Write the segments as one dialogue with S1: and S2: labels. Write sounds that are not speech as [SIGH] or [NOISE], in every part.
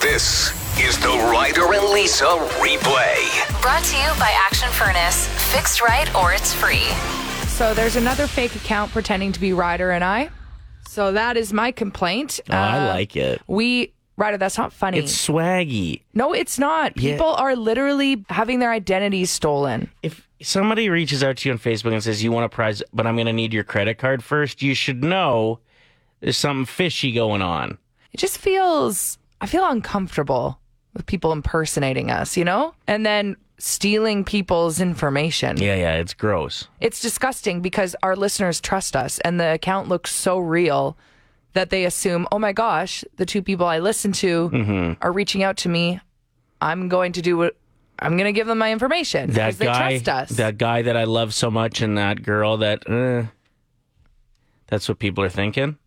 S1: This is the Ryder and Lisa replay.
S2: Brought to you by Action Furnace. Fixed right or it's free.
S3: So there's another fake account pretending to be Ryder and I. So that is my complaint.
S4: Oh, I like it.
S3: We Ryder, that's not Uh, funny.
S4: It's swaggy.
S3: no, it's not.
S4: Yeah.
S3: People are literally having their identities stolen.
S4: If somebody reaches out to you on Facebook and says you want a prize, but I'm going to need your credit card first, you should know there's something fishy going on.
S3: It just feels I feel uncomfortable with people impersonating us, you know? And then stealing people's information.
S4: Yeah, yeah, it's gross.
S3: It's disgusting because our listeners trust us and the account looks so real that they assume, oh my gosh, the two people I listen to
S4: Mm-hmm.
S3: are reaching out to me. I'm going to do what I'm going to give them my information because
S4: That
S3: they
S4: guy,
S3: trust us.
S4: that guy that I love so much, and that girl that. Uh, that's what people are thinking.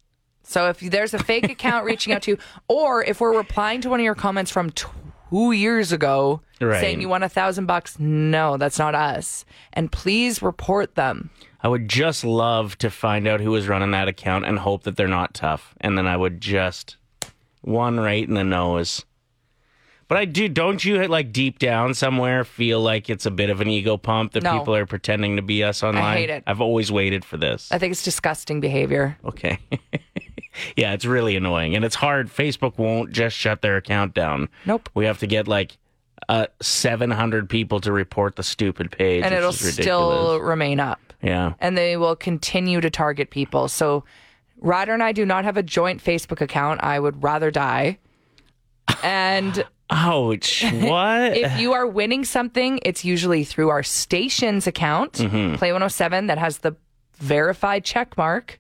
S3: so if there's a fake account reaching out to you, or if we're replying to one of your comments from two years ago
S4: Right.
S3: saying you want a thousand bucks, no, that's not us. And please report them.
S4: I would just love to find out who was running that account and hope that they're not tough. And then I would just one right in the nose. But I do, don't you like deep down somewhere feel like it's a bit of an ego pump that
S3: No.
S4: people are pretending to be us online?
S3: hate it.
S4: I've always waited for this.
S3: I think it's disgusting behavior.
S4: Okay. [LAUGHS] yeah, it's really annoying. And it's hard. Facebook won't just shut their account down.
S3: Nope.
S4: We have to get like uh, 700 people to report the stupid page.
S3: And
S4: which
S3: it'll
S4: is ridiculous.
S3: still remain up.
S4: Yeah.
S3: and they will continue to target people. So, Ryder and I do not have a joint Facebook account. I would rather die. And
S4: Ouch. What?
S3: [LAUGHS] if you are winning something, it's usually through our station's account, Play 107, that has the verified check mark.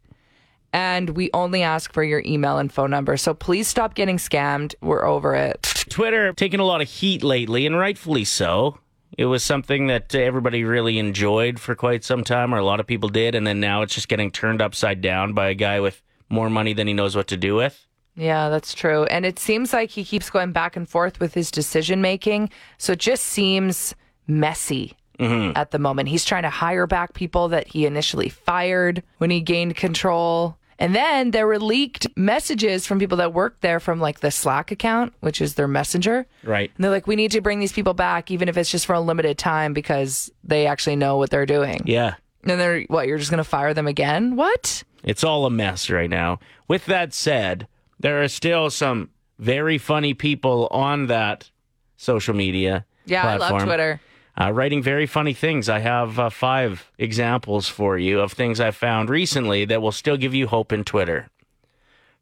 S3: And we only ask for your email and phone number. So please stop getting scammed. We're over it.
S4: Twitter taking a lot of heat lately, and rightfully so. It was something that everybody really enjoyed for quite some time, or a lot of people did, and then now it's just getting turned upside down by a guy with more money than he knows what to do with.
S3: Yeah, that's true. And it seems like he keeps going back and forth with his decision making. So it just seems messy at the moment. He's trying to hire back people that he initially fired when he gained control. And then there were leaked messages from people that worked there from like the Slack account, which is their messenger.
S4: Right.
S3: And they're like, we need to bring these people back, even if it's just for a limited time, because they actually know what they're doing.
S4: Yeah.
S3: And they're, what, you're just going to fire them again? What?
S4: It's all a mess right now. With that said, there are still some very funny people on that social media.
S3: Yeah, I love
S4: platform.
S3: Twitter.
S4: uh, writing very funny things. I have uh, five examples for you of things I found recently that will still give you hope in Twitter.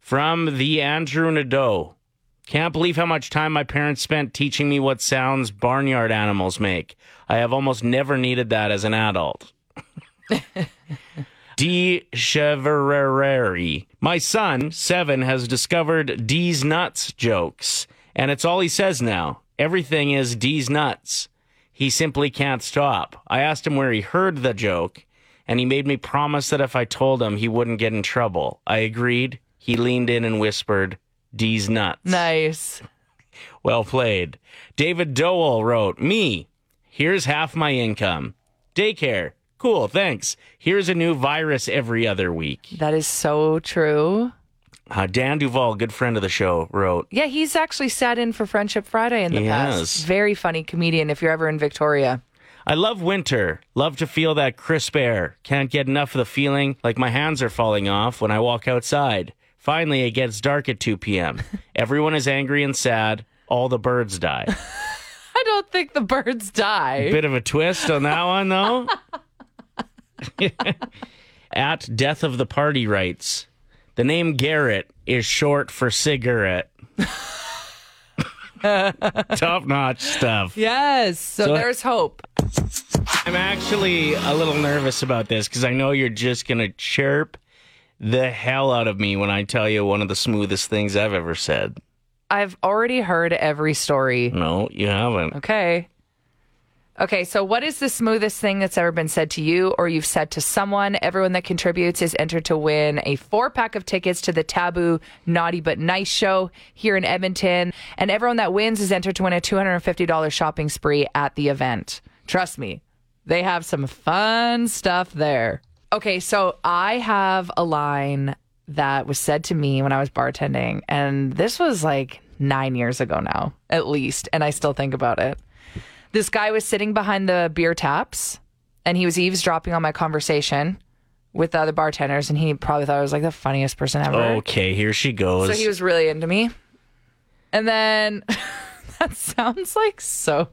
S4: From the Andrew Nadeau. Can't believe how much time my parents spent teaching me what sounds barnyard animals make. I have almost never needed that as an adult. D. Chevereri. My son, seven, has discovered D's nuts jokes, and it's all he says now. Everything is D's nuts. He simply can't stop. I asked him where he heard the joke, and he made me promise that if I told him, he wouldn't get in trouble. I agreed. He leaned in and whispered, D's nuts.
S3: Nice.
S4: Well played. David Dowell wrote, Me, here's half my income. Daycare, cool, thanks. Here's a new virus every other week.
S3: That is so true.
S4: Uh, Dan Duval, good friend of the show, wrote,
S3: Yeah, he's actually sat in for Friendship Friday in the
S4: He
S3: past.
S4: has.
S3: Very funny comedian if you're ever in Victoria.
S4: I love winter. Love to feel that crisp air. Can't get enough of the feeling like my hands are falling off when I walk outside. Finally, it gets dark at 2 p.m. Everyone is angry and sad. All the birds die.
S3: I don't think the birds die.
S4: Bit of a twist on that one, [LAUGHS] though. At Death of the Party writes, the name Garrett is short for cigarette. [LAUGHS] Top notch stuff.
S3: yes. So,
S4: So-
S3: there's hope.
S4: I'm actually a little nervous about this because I know you're just going to chirp the hell out of me when I tell you one of the smoothest things I've ever said.
S3: I've already heard every story.
S4: No, you haven't.
S3: Okay. Okay, so what is the smoothest thing that's ever been said to you or you've said to someone? Everyone that contributes is entered to win a four pack of tickets to the Taboo Naughty But Nice show here in Edmonton. And everyone that wins is entered to win a $250 shopping spree at the event. Trust me, they have some fun stuff there. Okay, so I have a line that was said to me when I was bartending, and this was like nine years ago now, at least. And I still think about it. This guy was sitting behind the beer taps and he was eavesdropping on my conversation with the other bartenders. And he probably thought I was like the funniest person ever.
S4: Okay, here she goes.
S3: So he was really into me. And then [LAUGHS] that sounds like so.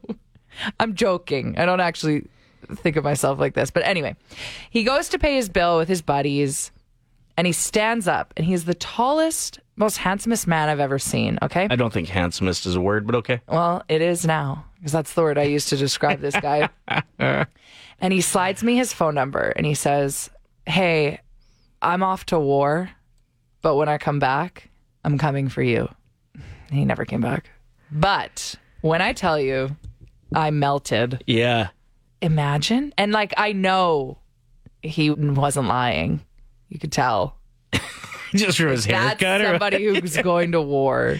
S3: I'm joking. I don't actually think of myself like this. But anyway, he goes to pay his bill with his buddies and he stands up and he's the tallest, most handsomest man I've ever seen. Okay.
S4: I don't think handsomest is a word, but okay.
S3: Well, it is now because that's the word I used to describe this
S4: [LAUGHS]
S3: guy. and he slides me his phone number and he says, Hey, I'm off to war, but when I come back, I'm coming for you. He never came back. But when I tell you, I melted.
S4: Yeah. [LAUGHS]
S3: Imagine. And like, I know he wasn't lying. You could tell.
S4: Just from his
S3: That's
S4: haircut or
S3: somebody who's going to war.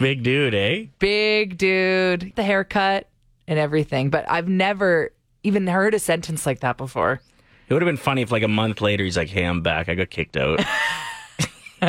S4: big dude, eh?
S3: big dude, the haircut and everything. But I've never even heard a sentence like that before.
S4: It would have been funny if, like, a month later, he's like, hey, I'm back. I got kicked [LAUGHS] out.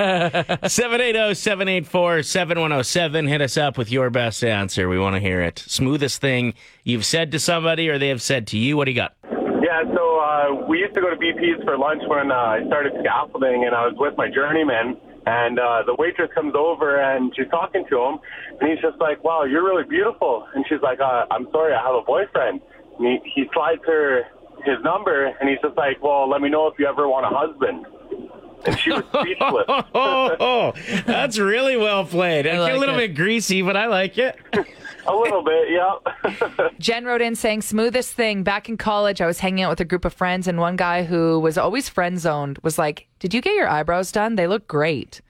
S4: 780 784 7107. Hit us up with your best answer. We want to hear it. Smoothest thing you've said to somebody or they have said to you. What do you got?
S5: Yeah, so uh, we used to go to BP's for lunch when uh, I started scaffolding, and I was with my journeyman. And uh, the waitress comes over and she's talking to him, and he's just like, "Wow, you're really beautiful." And she's like, uh, "I'm sorry, I have a boyfriend." And he, he slides her his number, and he's just like, "Well, let me know if you ever want a husband." And she was speechless.
S4: [LAUGHS] Oh, oh, that's really well played. I,
S3: like
S4: feel a little
S3: it.
S4: bit greasy, but I like it.
S5: a little bit, yeah.
S3: Jen wrote in saying, smoothest thing. Back in college, I was hanging out with a group of friends, and one guy who was always friend zoned was like, Did you get your eyebrows done? They look great.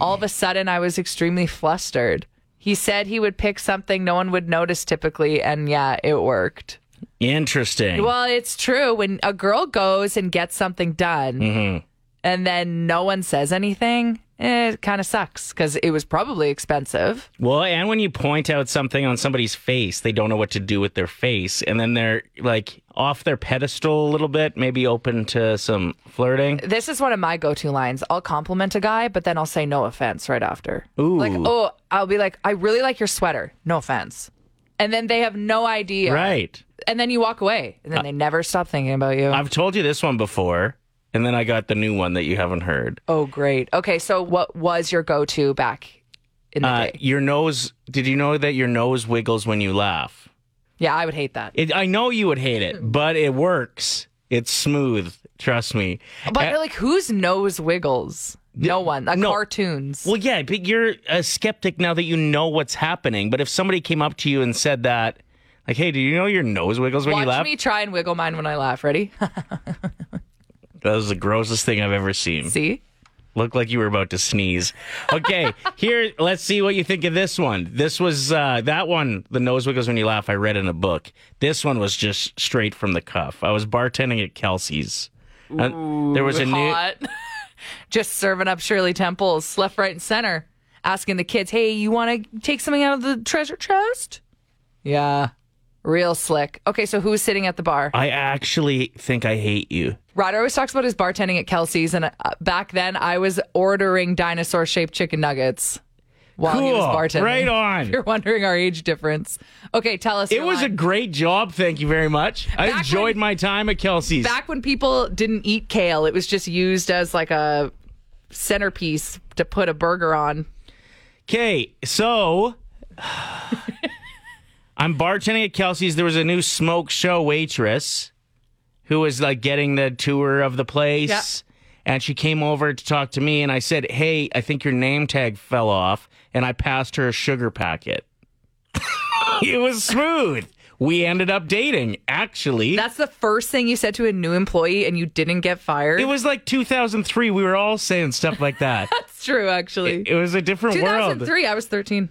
S3: All of a sudden, I was extremely flustered. He said he would pick something no one would notice typically, and yeah, it worked.
S4: Interesting.
S3: Well, it's true. When a girl goes and gets something done
S4: Mm-hmm.
S3: and then no one says anything, eh, it kind of sucks because it was probably expensive.
S4: Well, and when you point out something on somebody's face, they don't know what to do with their face, and then they're like off their pedestal a little bit, maybe open to some flirting.
S3: This is one of my go to lines. I'll compliment a guy, but then I'll say no offense right after.
S4: Ooh,
S3: Like, oh, I'll be like, I really like your sweater. No offense. And then they have no idea.
S4: right. Uh,
S3: And then you walk away. And then they never stop thinking about you.
S4: I've told you this one before, and then I got the new one that you haven't heard.
S3: oh, great. Okay. So, what was your go to back in the
S4: Uh,
S3: day?
S4: your nose. Did you know that your nose wiggles when you laugh?
S3: Yeah, I would hate that.
S4: It, I know you would hate it, but it works. It's smooth. Trust me.
S3: But
S4: Uh,
S3: like, whose nose wiggles? No one. Like
S4: no.
S3: cartoons.
S4: Well, yeah, but you're a skeptic now that you know what's happening. But if somebody came up to you and said that, like, "Hey, do you know your nose wiggles when
S3: Watch
S4: you laugh?"
S3: me try and wiggle mine when I laugh. Ready? [LAUGHS]
S4: That was the grossest thing I've ever seen.
S3: See?
S4: Looked like you were about to sneeze.
S3: [LAUGHS]
S4: Okay, here, let's see what you think of this one. This was uh, that one, the nose wiggles when you laugh. I read in a book. This one was just straight from the cuff. I was bartending at Kelsey's. and there was a new.
S3: Hot. [LAUGHS] Just serving up Shirley Temples, left, right, and center, asking the kids, "Hey, you want to take something out of the treasure chest?" Yeah. Real slick. Okay, so who's sitting at the bar?
S4: I actually think I hate you.
S3: Ryder always talks about his bartending at Kelsey's, and uh, back then I was ordering dinosaur-shaped chicken nuggets while he was
S4: Cool.
S3: bartending. [LAUGHS]
S4: Right on.
S3: If you're wondering our age difference. Okay, tell us.
S4: It
S3: your
S4: was a
S3: line.
S4: great job. Thank you very much. I
S3: Back
S4: enjoyed
S3: when-
S4: my time at Kelsey's.
S3: back when people didn't eat kale, it was just used as like a centerpiece to put a burger on.
S4: Okay, so I'm bartending at Kelsey's. There was a new smoke show waitress who was like getting the tour of the place. And she came over to talk to me, and I said, Hey, I think your name tag fell off. And I passed her a sugar packet. [LAUGHS] it was smooth. We ended up dating, actually.
S3: That's the first thing you said to a new employee and you didn't get fired.
S4: it was like 2003. We were all saying stuff like that.
S3: That's true, actually.
S4: it was a different world. Uh.
S3: 2003, I was 13.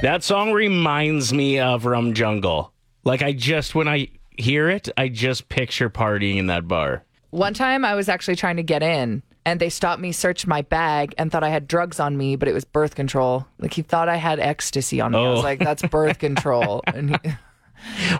S4: That song reminds me of Rum Jungle. Like I just when I hear it, I just picture partying in that bar.
S3: One time I was actually trying to get in and they stopped me, searched my bag, and thought I had drugs on me, but it was birth control. Like he thought I had ecstasy on me. I
S4: Oh.
S3: was like, that's birth
S4: [LAUGHS]
S3: control. and he,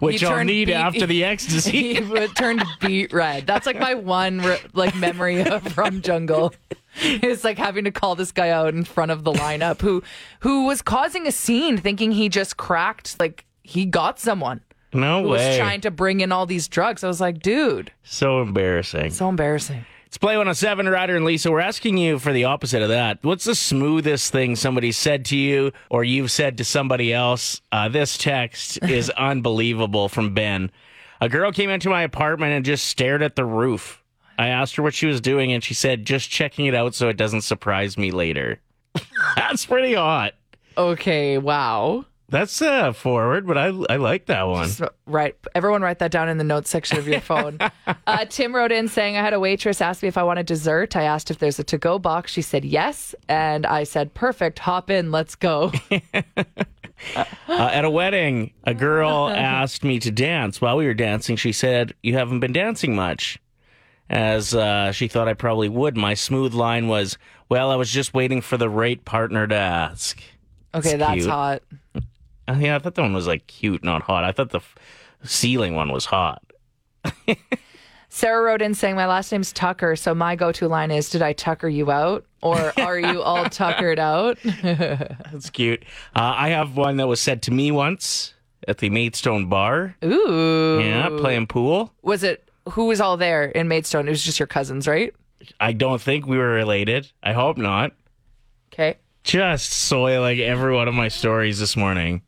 S4: Which I'll
S3: turned
S4: need
S3: beat-
S4: after the
S3: he [LAUGHS]
S4: ecstasy.
S3: [LAUGHS] turned beet red. That's like my one re- like memory of Rum Jungle. It's like having to call this guy out in front of the lineup who who was causing a scene thinking he just cracked like he got someone
S4: No
S3: who was
S4: way.
S3: trying to bring in all these drugs. I was like, dude,
S4: so embarrassing.
S3: so embarrassing.
S4: It's Play 107, Ryder and Lisa. We're asking you for the opposite of that. What's the smoothest thing somebody said to you or you've said to somebody else? Uh, this text is unbelievable from Ben. A girl came into my apartment and just stared at the roof. I asked her what she was doing, and she said, just checking it out so it doesn't surprise me later. [LAUGHS] That's pretty hot.
S3: Okay, wow.
S4: That's uh, forward, but I, I like that one.
S3: So- Right. Everyone write that down in the notes section [LAUGHS] of your phone. uh, Tim wrote in saying, I had a waitress ask me if I wanted dessert. I asked if there's a to go box. She said yes. And I said, perfect. Hop in. Let's go.
S4: Uh, at a wedding, a girl asked me to dance. While we were dancing, she said, You haven't been dancing much. As uh, she thought I probably would. My smooth line was, Well, I was just waiting for the right partner to ask.
S3: Okay,
S4: It's
S3: that's
S4: cute.
S3: hot.
S4: I mean, I thought that one was like cute, not hot. I thought the f- ceiling one was hot.
S3: Sarah wrote in saying, My last name's Tucker. So my go to line is, Did I Tucker you out? Or are you [LAUGHS] all tuckered out?
S4: That's cute. Uh, I have one that was said to me once at the Maidstone Bar.
S3: Ooh.
S4: Yeah, playing pool.
S3: Was it who was all there in Maidstone? It was just your cousins, right?
S4: I don't think we were related. I hope not.
S3: Okay.
S4: Just soiling every one of my stories this morning.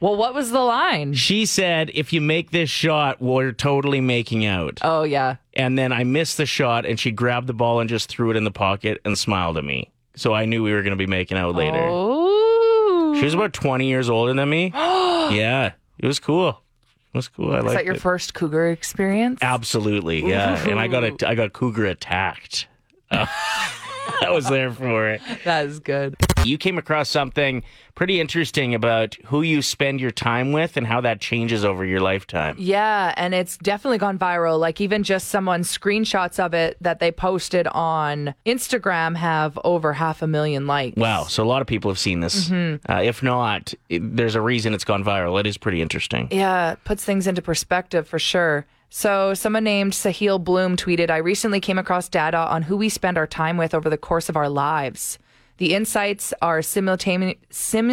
S3: Well, what was the line?
S4: She said, if you make this shot, we're totally making out.
S3: Oh, yeah.
S4: And then I missed the shot, and she grabbed the ball and just threw it in the pocket and smiled at me. So I knew we were going to be making out later.
S3: Oh.
S4: She was about 20 years older
S3: [GASPS]
S4: than me. yeah, it was cool. It was cool. I
S3: Is
S4: liked
S3: that your
S4: it.
S3: first cougar experience?
S4: Absolutely, yeah. And I got a, I got cougar attacked. [LAUGHS] I was there for it.
S3: That is good.
S4: You came across something pretty interesting about who you spend your time with and how that changes over your lifetime.
S3: Yeah, and it's definitely gone viral. Like even just someone screenshots of it that they posted on Instagram have over half a million likes.
S4: Wow. So a lot of people have seen this.
S3: Mm-hmm.
S4: Uh, if not, it, there's a reason it's gone viral. It is pretty interesting.
S3: Yeah, it puts things into perspective for sure. So, someone named Sahil Bloom tweeted I recently came across data on who we spend our time with over the course of our lives. The insights are simultane-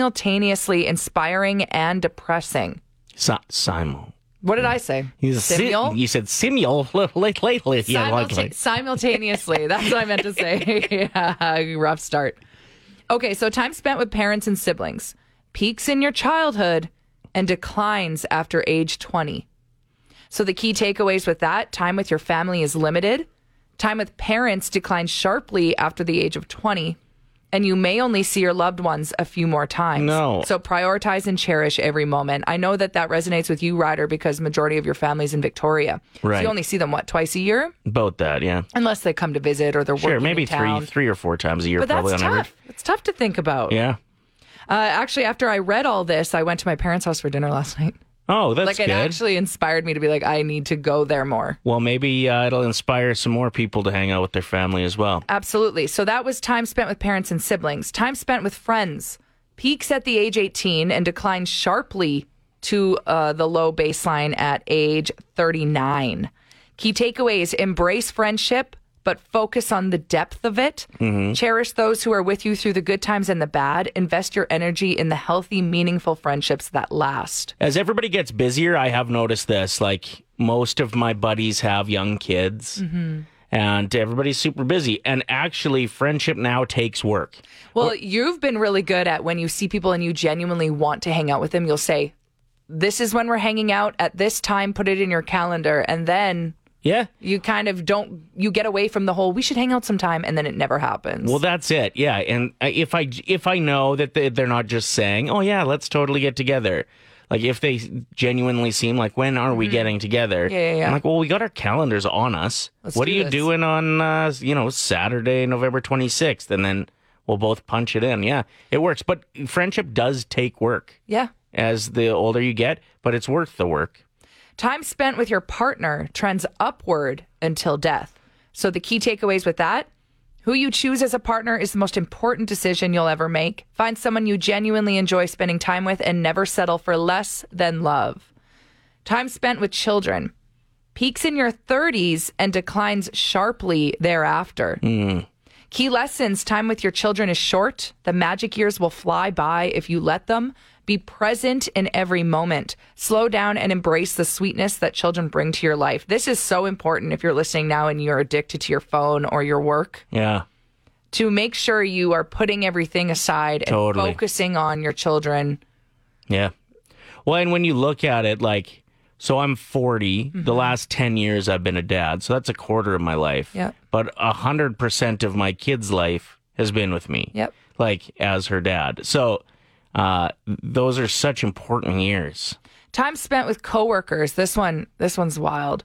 S3: simultaneously inspiring and depressing.
S4: Si- Simon.
S3: What did I say?
S4: You said si-
S3: Simul-
S4: you said Samuel. [LAUGHS] Lately, yeah,
S3: Simulta-
S4: lately.
S3: simultaneously. That's what I meant to say. [LAUGHS] Yeah, rough start. Okay, so time spent with parents and siblings, peaks in your childhood, and declines after age 20. So the key takeaways with that time with your family is limited, time with parents declines sharply after the age of 20. And you may only see your loved ones a few more times.
S4: No.
S3: So prioritize and cherish every moment. I know that that resonates with you, Ryder, because majority of your family's in Victoria. So
S4: Right.
S3: you only see them what twice a year,
S4: About that, yeah.
S3: unless they come to visit or they're working
S4: Sure, maybe
S3: in
S4: three,
S3: town.
S4: three or four times a year,
S3: But
S4: probably
S3: that's
S4: on
S3: tough.
S4: average.
S3: It's tough to think about.
S4: Yeah.
S3: Uh, actually, after I read all this, I went to my parents' house for dinner last [LAUGHS] night.
S4: Oh, that's
S3: Like
S4: good.
S3: it actually inspired me to be like, I need to go there more.
S4: well, maybe uh, it'll inspire some more people to hang out with their family as well.
S3: Absolutely. So that was time spent with parents and siblings, time spent with friends, peaks at the age 18 and declines sharply to uh, the low baseline at age 39. Key takeaways embrace friendship, but focus on the depth of it. Cherish those who are with you through the good times and the bad. Invest your energy in the healthy, meaningful friendships that last.
S4: As everybody gets busier, I have noticed this. Like most of my buddies have young kids,
S3: Mm-hmm.
S4: and everybody's super busy. And actually, friendship now takes work.
S3: Well, you've been really good at when you see people and you genuinely want to hang out with them, you'll say, This is when we're hanging out at this time, put it in your calendar. And then
S4: Yeah.
S3: you kind of don't, you get away from the whole, we should hang out sometime. And then it never happens.
S4: Well, that's it. Yeah, and I- if I if I know that they- they're not just saying, "Oh yeah, let's totally get together," like if they genuinely seem like, "When are we getting together?"
S3: Mm-hmm. yeah, yeah.
S4: I'm like, "Well, we got our calendars on us. what
S3: do
S4: are you
S3: this."
S4: doing on uh, you know Saturday, November 26th?" And then we'll both punch it in. Yeah, it works. But friendship does take work
S3: yeah.
S4: as the older you get, but it's worth the work.
S3: Time spent with your partner trends upward until death. So the key takeaways with that who you choose as a partner is the most important decision you'll ever make. Find someone you genuinely enjoy spending time with and never settle for less than love. Time spent with children peaks in your 30s and declines sharply thereafter. Key lessons time with your children is short. The magic years will fly by if you let them. Be present in every moment. Slow down and embrace the sweetness that children bring to your life. This is so important if you're listening now and you're addicted to your phone or your work
S4: Yeah.
S3: to make sure you are putting everything aside and
S4: Totally.
S3: focusing on your children.
S4: Yeah. Well, and when you look at it, like, so I'm 40.
S3: Mm-hmm.
S4: The last 10 years I've been a dad. So that's a quarter of my life.
S3: Yep.
S4: But 100% of my kid's life has been with me.
S3: Yep.
S4: Like, as her dad. So uh, those are such important years.
S3: Time spent with coworkers. This one, this one's wild.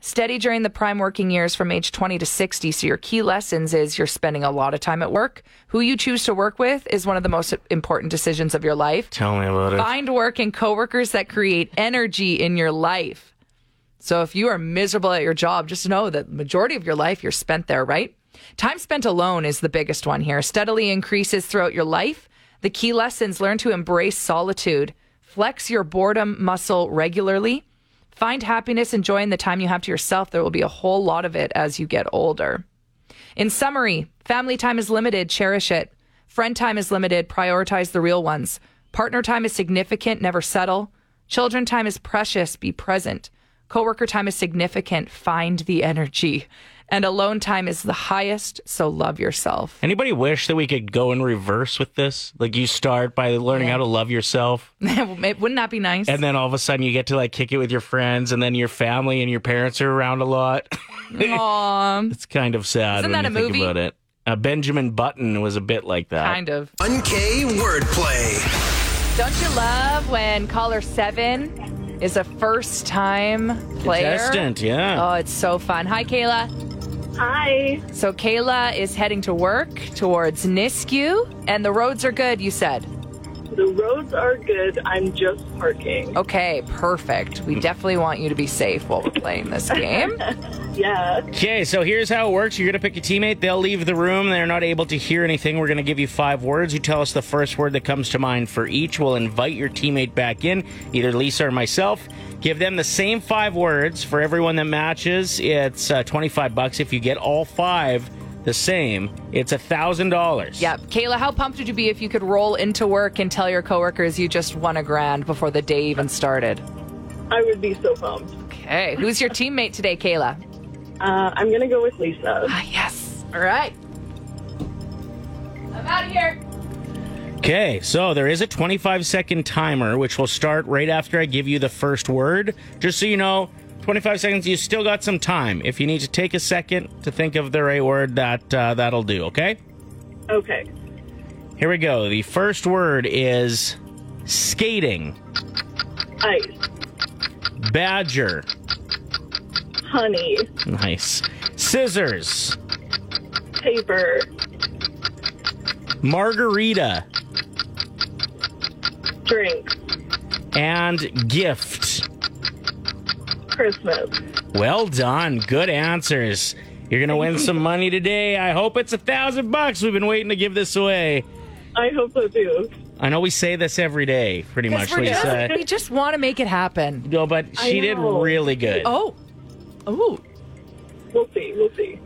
S3: Steady during the prime working years from age 20 to 60. So your key lessons is you're spending a lot of time at work. Who you choose to work with is one of the most important decisions of your life.
S4: Tell me about it.
S3: Find work and coworkers that create energy in your life. So if you are miserable at your job, just know that the majority of your life you're spent there, right? Time spent alone is the biggest one here. Steadily increases throughout your life. The key lessons learn to embrace solitude, flex your boredom muscle regularly, find happiness enjoying the time you have to yourself. There will be a whole lot of it as you get older. In summary, family time is limited, cherish it. Friend time is limited, prioritize the real ones. Partner time is significant, never settle. Children time is precious, be present. Coworker time is significant, find the energy. And alone time is the highest, so love yourself. [LAUGHS]
S4: Anybody wish that we could go in reverse with this? Like, you start by learning how to love yourself,
S3: it wouldn't that be nice?
S4: and then all of a sudden you get to like kick it with your friends, and then your family and your parents are around a lot. [LAUGHS]
S3: Aw,
S4: It's kind of sad
S3: Isn't
S4: when
S3: that
S4: you
S3: a
S4: think
S3: movie?
S4: about it. Uh, Benjamin Button was a bit like that.
S3: kind of.
S1: Unkay wordplay.
S3: Don't you love when caller seven is a first time player?
S4: Contestant, yeah.
S3: Oh, it's so fun. Hi, Kayla.
S6: Hi.
S3: So Kayla is heading to work towards Nisku, and the roads are good, you said.
S6: The roads are good. I'm just parking.
S3: Okay, perfect. We definitely want you to be safe while we're playing this [LAUGHS] game.
S6: Yeah.
S4: Okay, so here's how it works. You're going to pick a teammate. They'll leave the room. They're not able to hear anything. We're going to give you five words. You tell us the first word that comes to mind for each. We'll invite your teammate back in, either Lisa or myself. Give them the same five words for everyone that matches. It's uh, 25 bucks. If you get all five the same, it's a $1,000.
S3: yep. Kayla, how pumped would you be if you could roll into work and tell your coworkers you just won a grand before the day even started?
S6: I would be so pumped.
S3: Okay, who's your teammate today, Kayla?
S6: Uh, I'm going to go with Lisa.
S3: Ah, yes. All right. I'm out of here.
S4: Okay, so there is a 25 second timer, which will start right after I give you the first word. Just so you know, 25 seconds, you still got some time. If you need to take a second to think of the right word, that, uh, that'll do, okay?
S6: Okay.
S4: Here we go. The first word is skating,
S6: Ice.
S4: badger,
S6: Honey.
S4: nice, scissors,
S6: Paper.
S4: margarita,
S6: Drinks.
S4: and gift.
S6: Christmas.
S4: Well done. Good answers. You're going to win some money today. I hope it's a thousand bucks. We've been waiting to give this away.
S6: I hope so too.
S4: I know we say this every day, pretty much,
S3: We're
S4: Lisa.
S3: just, we just want to make it happen.
S4: No, but
S6: I
S4: she did
S6: know.
S4: really good.
S3: Oh. Oh.
S6: We'll see. We'll see.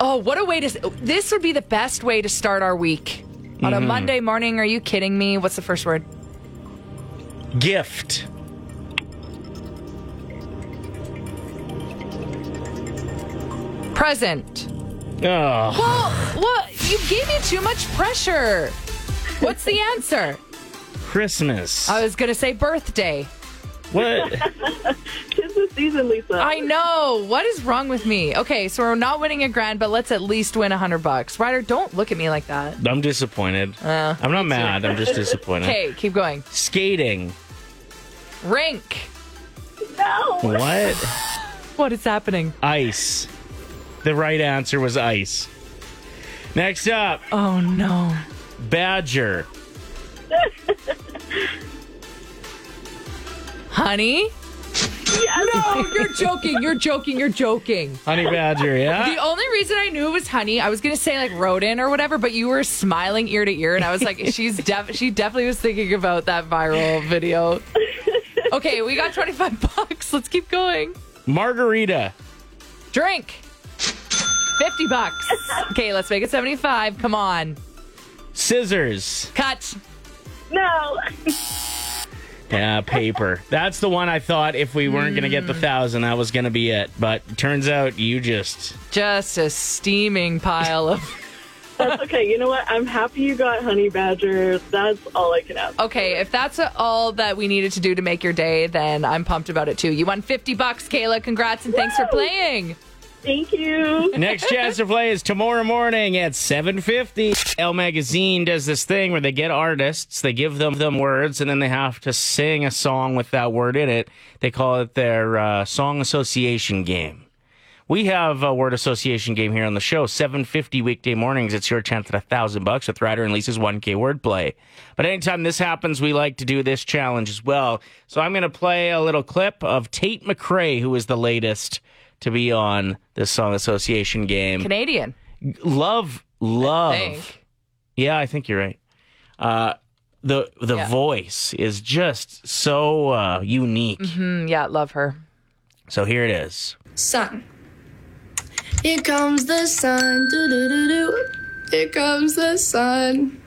S3: Oh, what a way to. s- This would be the best way to start our week. On a Monday morning, are you kidding me? What's the first word?
S4: Gift.
S3: Present.
S4: Oh,
S3: Well, what? You gave me too much pressure. What's the answer?
S4: Christmas.
S3: I was going to say birthday.
S4: what?
S6: Tis the season, Lisa.
S3: I know. What is wrong with me? Okay, so we're not winning a grand, but let's at least win a 100 bucks. Ryder, don't look at me like that.
S4: I'm disappointed.
S3: [LAUGHS]
S4: I'm not mad. I'm just disappointed.
S3: Uh, Okay, keep going.
S4: Skating.
S3: Rink.
S6: No.
S4: What?
S3: What is happening?
S4: Ice. The right answer was ice. Next up,
S3: Oh, no.
S4: badger.
S3: Honey? No, [LAUGHS] you're joking. You're joking. You're joking.
S4: Honey
S3: [LAUGHS]
S4: badger,
S3: The
S4: yeah?
S3: only reason I knew it was honey, I was gonna say like rodent or whatever, but you were smiling ear to ear, and I was like, she's def- she definitely was thinking about that viral video. Okay, we got twenty [LAUGHS] five bucks. Let's keep going.
S4: Margarita.
S3: Drink. 50 bucks. Okay, let's make it 75. Come on.
S4: Scissors.
S3: Cut.
S6: No.
S4: Yeah, paper. That's the one I thought if we weren't going to get the
S3: Hmm.
S4: thousand, that was going to be it. But turns out you just.
S3: Just a steaming pile of. [LAUGHS]
S6: That's okay. You know what? I'm happy you got Honey Badger. That's all I can ask.
S3: Okay, if that's uh, all that we needed to do to make your day, then I'm pumped about it too. You won 50 bucks, Kayla. Congrats and thanks for playing.
S6: Thank you.
S4: Next chance to play is tomorrow morning at 7.50. L Magazine does this thing where they get artists, they give them them words, and then they have to sing a song with that word in it. They call it their uh, song association game. We have a word association game here on the show. 7.50 weekday mornings. It's your chance at a thousand bucks with Ryder and Lisa's 1K wordplay. But anytime this happens, we like to do this challenge as well. So I'm going to play a little clip of Tate McRae, who is the latest to be on this song association game.
S3: Canadian.
S4: love, love.
S3: think.
S4: Yeah, I think you're right. Uh, the the
S3: Yeah.
S4: voice is just so uh, unique.
S3: Mm, yeah, love her.
S4: So here it is.
S7: sun. Here comes the sun. Doo doo doo doo. Here comes the sun.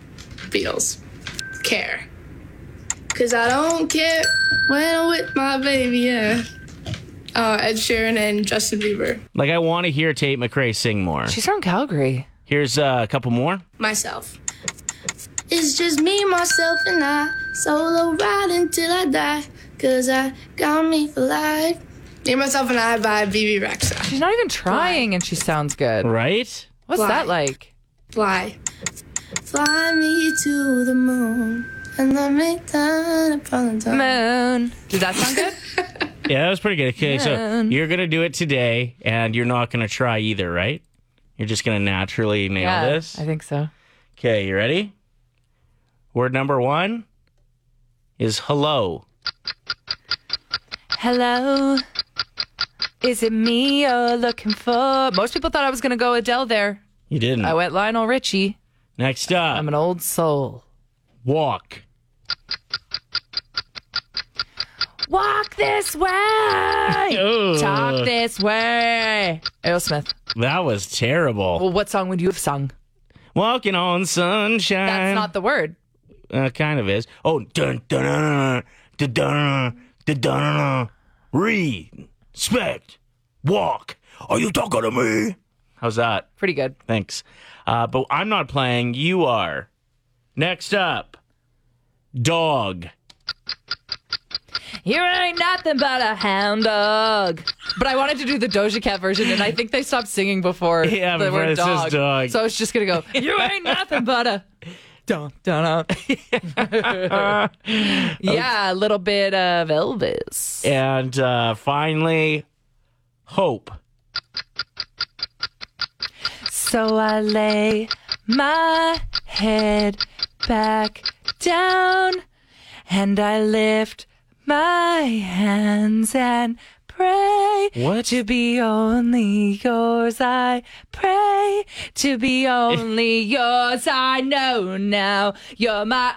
S7: Beatles. Care. Cause I don't care when I'm with my baby, yeah. Uh, Ed Sheeran and Justin Bieber.
S4: Like I want to hear Tate McRae sing more.
S3: She's from Calgary.
S4: Here's uh, a couple more.
S7: myself. It's just me, myself, and I. Solo ride until I die. Cause I got me for life. Me, myself, and I by BB Rexa.
S3: She's not even trying and she sounds good.
S4: Right?
S3: What's
S7: Why?
S3: that like?
S7: Fly. Fly me to the moon. And let me down upon the time.
S3: Moon. Did that sound good?
S4: Yeah, that was pretty good. Okay, so you're gonna do it today, and you're not gonna try either, right? You're just gonna naturally nail this.
S3: I think so.
S4: Okay, you ready? Word number one is hello.
S3: Hello. Is it me you're looking for? Most people thought I was going to go Adele there.
S4: You didn't.
S3: I went Lionel Richie.
S4: Next up,
S3: I'm an old soul.
S4: walk.
S3: Walk this way.
S4: [LAUGHS] Ugh.
S3: Talk this way. Aerosmith.
S4: That was terrible.
S3: Well, what song would you have sung?
S4: Walking on sunshine.
S3: That's not the word.
S4: Uh, kind of is. Oh, dun dun dun dun dun dun dun dun dun. Respect. Walk. Are you talking to me? How's that?
S3: Pretty good.
S4: Thanks. Uh, but I'm not playing. You are. Next up, dog.
S3: You ain't nothing but a hound dog. But I wanted to do the Doja Cat version, and I think they stopped singing before
S4: [LAUGHS] Yeah,
S3: the
S4: before
S3: word
S4: it says
S3: dog.
S4: dog.
S3: So I was just gonna
S4: [LAUGHS]
S3: go. You ain't nothing but a. Dun, dun, dun. [LAUGHS] yeah, a little bit of Elvis.
S4: And uh, finally, hope.
S3: So I lay my head back down and I lift my hands and pray
S4: What?
S3: to be only yours. I pray to be only yours. I know now you're my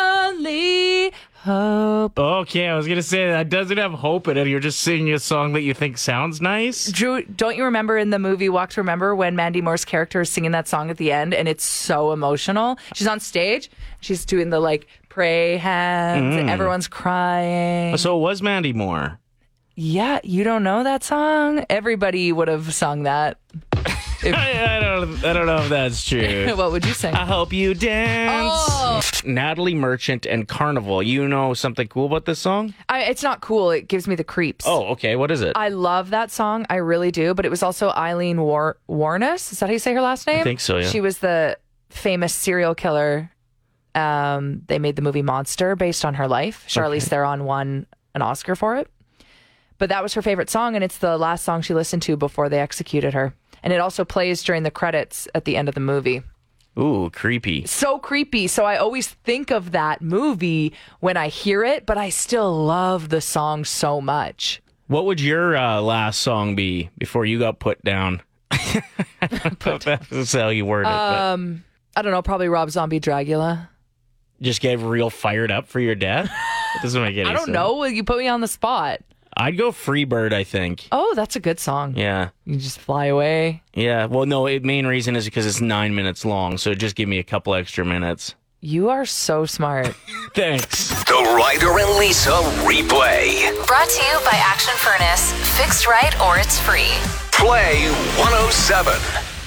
S3: only hope.
S4: Okay, I was gonna say that doesn't have hope in it. You're just singing a song that you think sounds nice.
S3: Drew, don't you remember in the movie Walk to Remember when Mandy Moore's character is singing that song at the end and it's so emotional? She's on stage, she's doing the like pray hands, and everyone's crying.
S4: So it was Mandy Moore.
S3: yeah, you don't know that song? Everybody would have sung that.
S4: I, I don't. I don't know if that's
S3: [LAUGHS]
S4: true.
S3: What would you
S4: [LAUGHS]
S3: sing?
S4: I hope you dance.
S3: Oh,
S4: Natalie Merchant and Carnival. You know something cool about this song?
S3: I, it's not cool. It gives me the creeps.
S4: Oh, okay. What is it?
S3: I love that song. I really do. But it was also Eileen War- Warnes. Is that how you say her last name?
S4: think so, yeah.
S3: She was the famous serial killer. Um, they made the movie Monster based on her life. Charlize Theron won an Oscar for it. But that was her favorite song, and it's the last song she listened to before they executed her. And it also plays during the credits at the end of the movie.
S4: Ooh, creepy.
S3: So creepy. So I always think of that movie when I hear it, but I still love the song so much.
S4: What would your uh, last song be before you got put down? [LAUGHS] put That's how you word it. but
S3: Um. I don't know, probably Rob Zombie Dragula. [LAUGHS]
S4: just get real fired up for your death. It doesn't make any
S3: I
S4: sense.
S3: don't know. Well, You put me on the spot.
S4: I'd go Freebird, I think.
S3: Oh, that's a good song.
S4: Yeah.
S3: You just fly away.
S4: Yeah. Well, no, it, main reason is because it's nine minutes long. So just give me a couple extra minutes.
S3: You are so smart.
S4: Thanks.
S1: The Ryder and Lisa replay.
S2: Brought to you
S1: oh
S2: by Action Furnace. Fixed right or it's free.
S1: Play 107.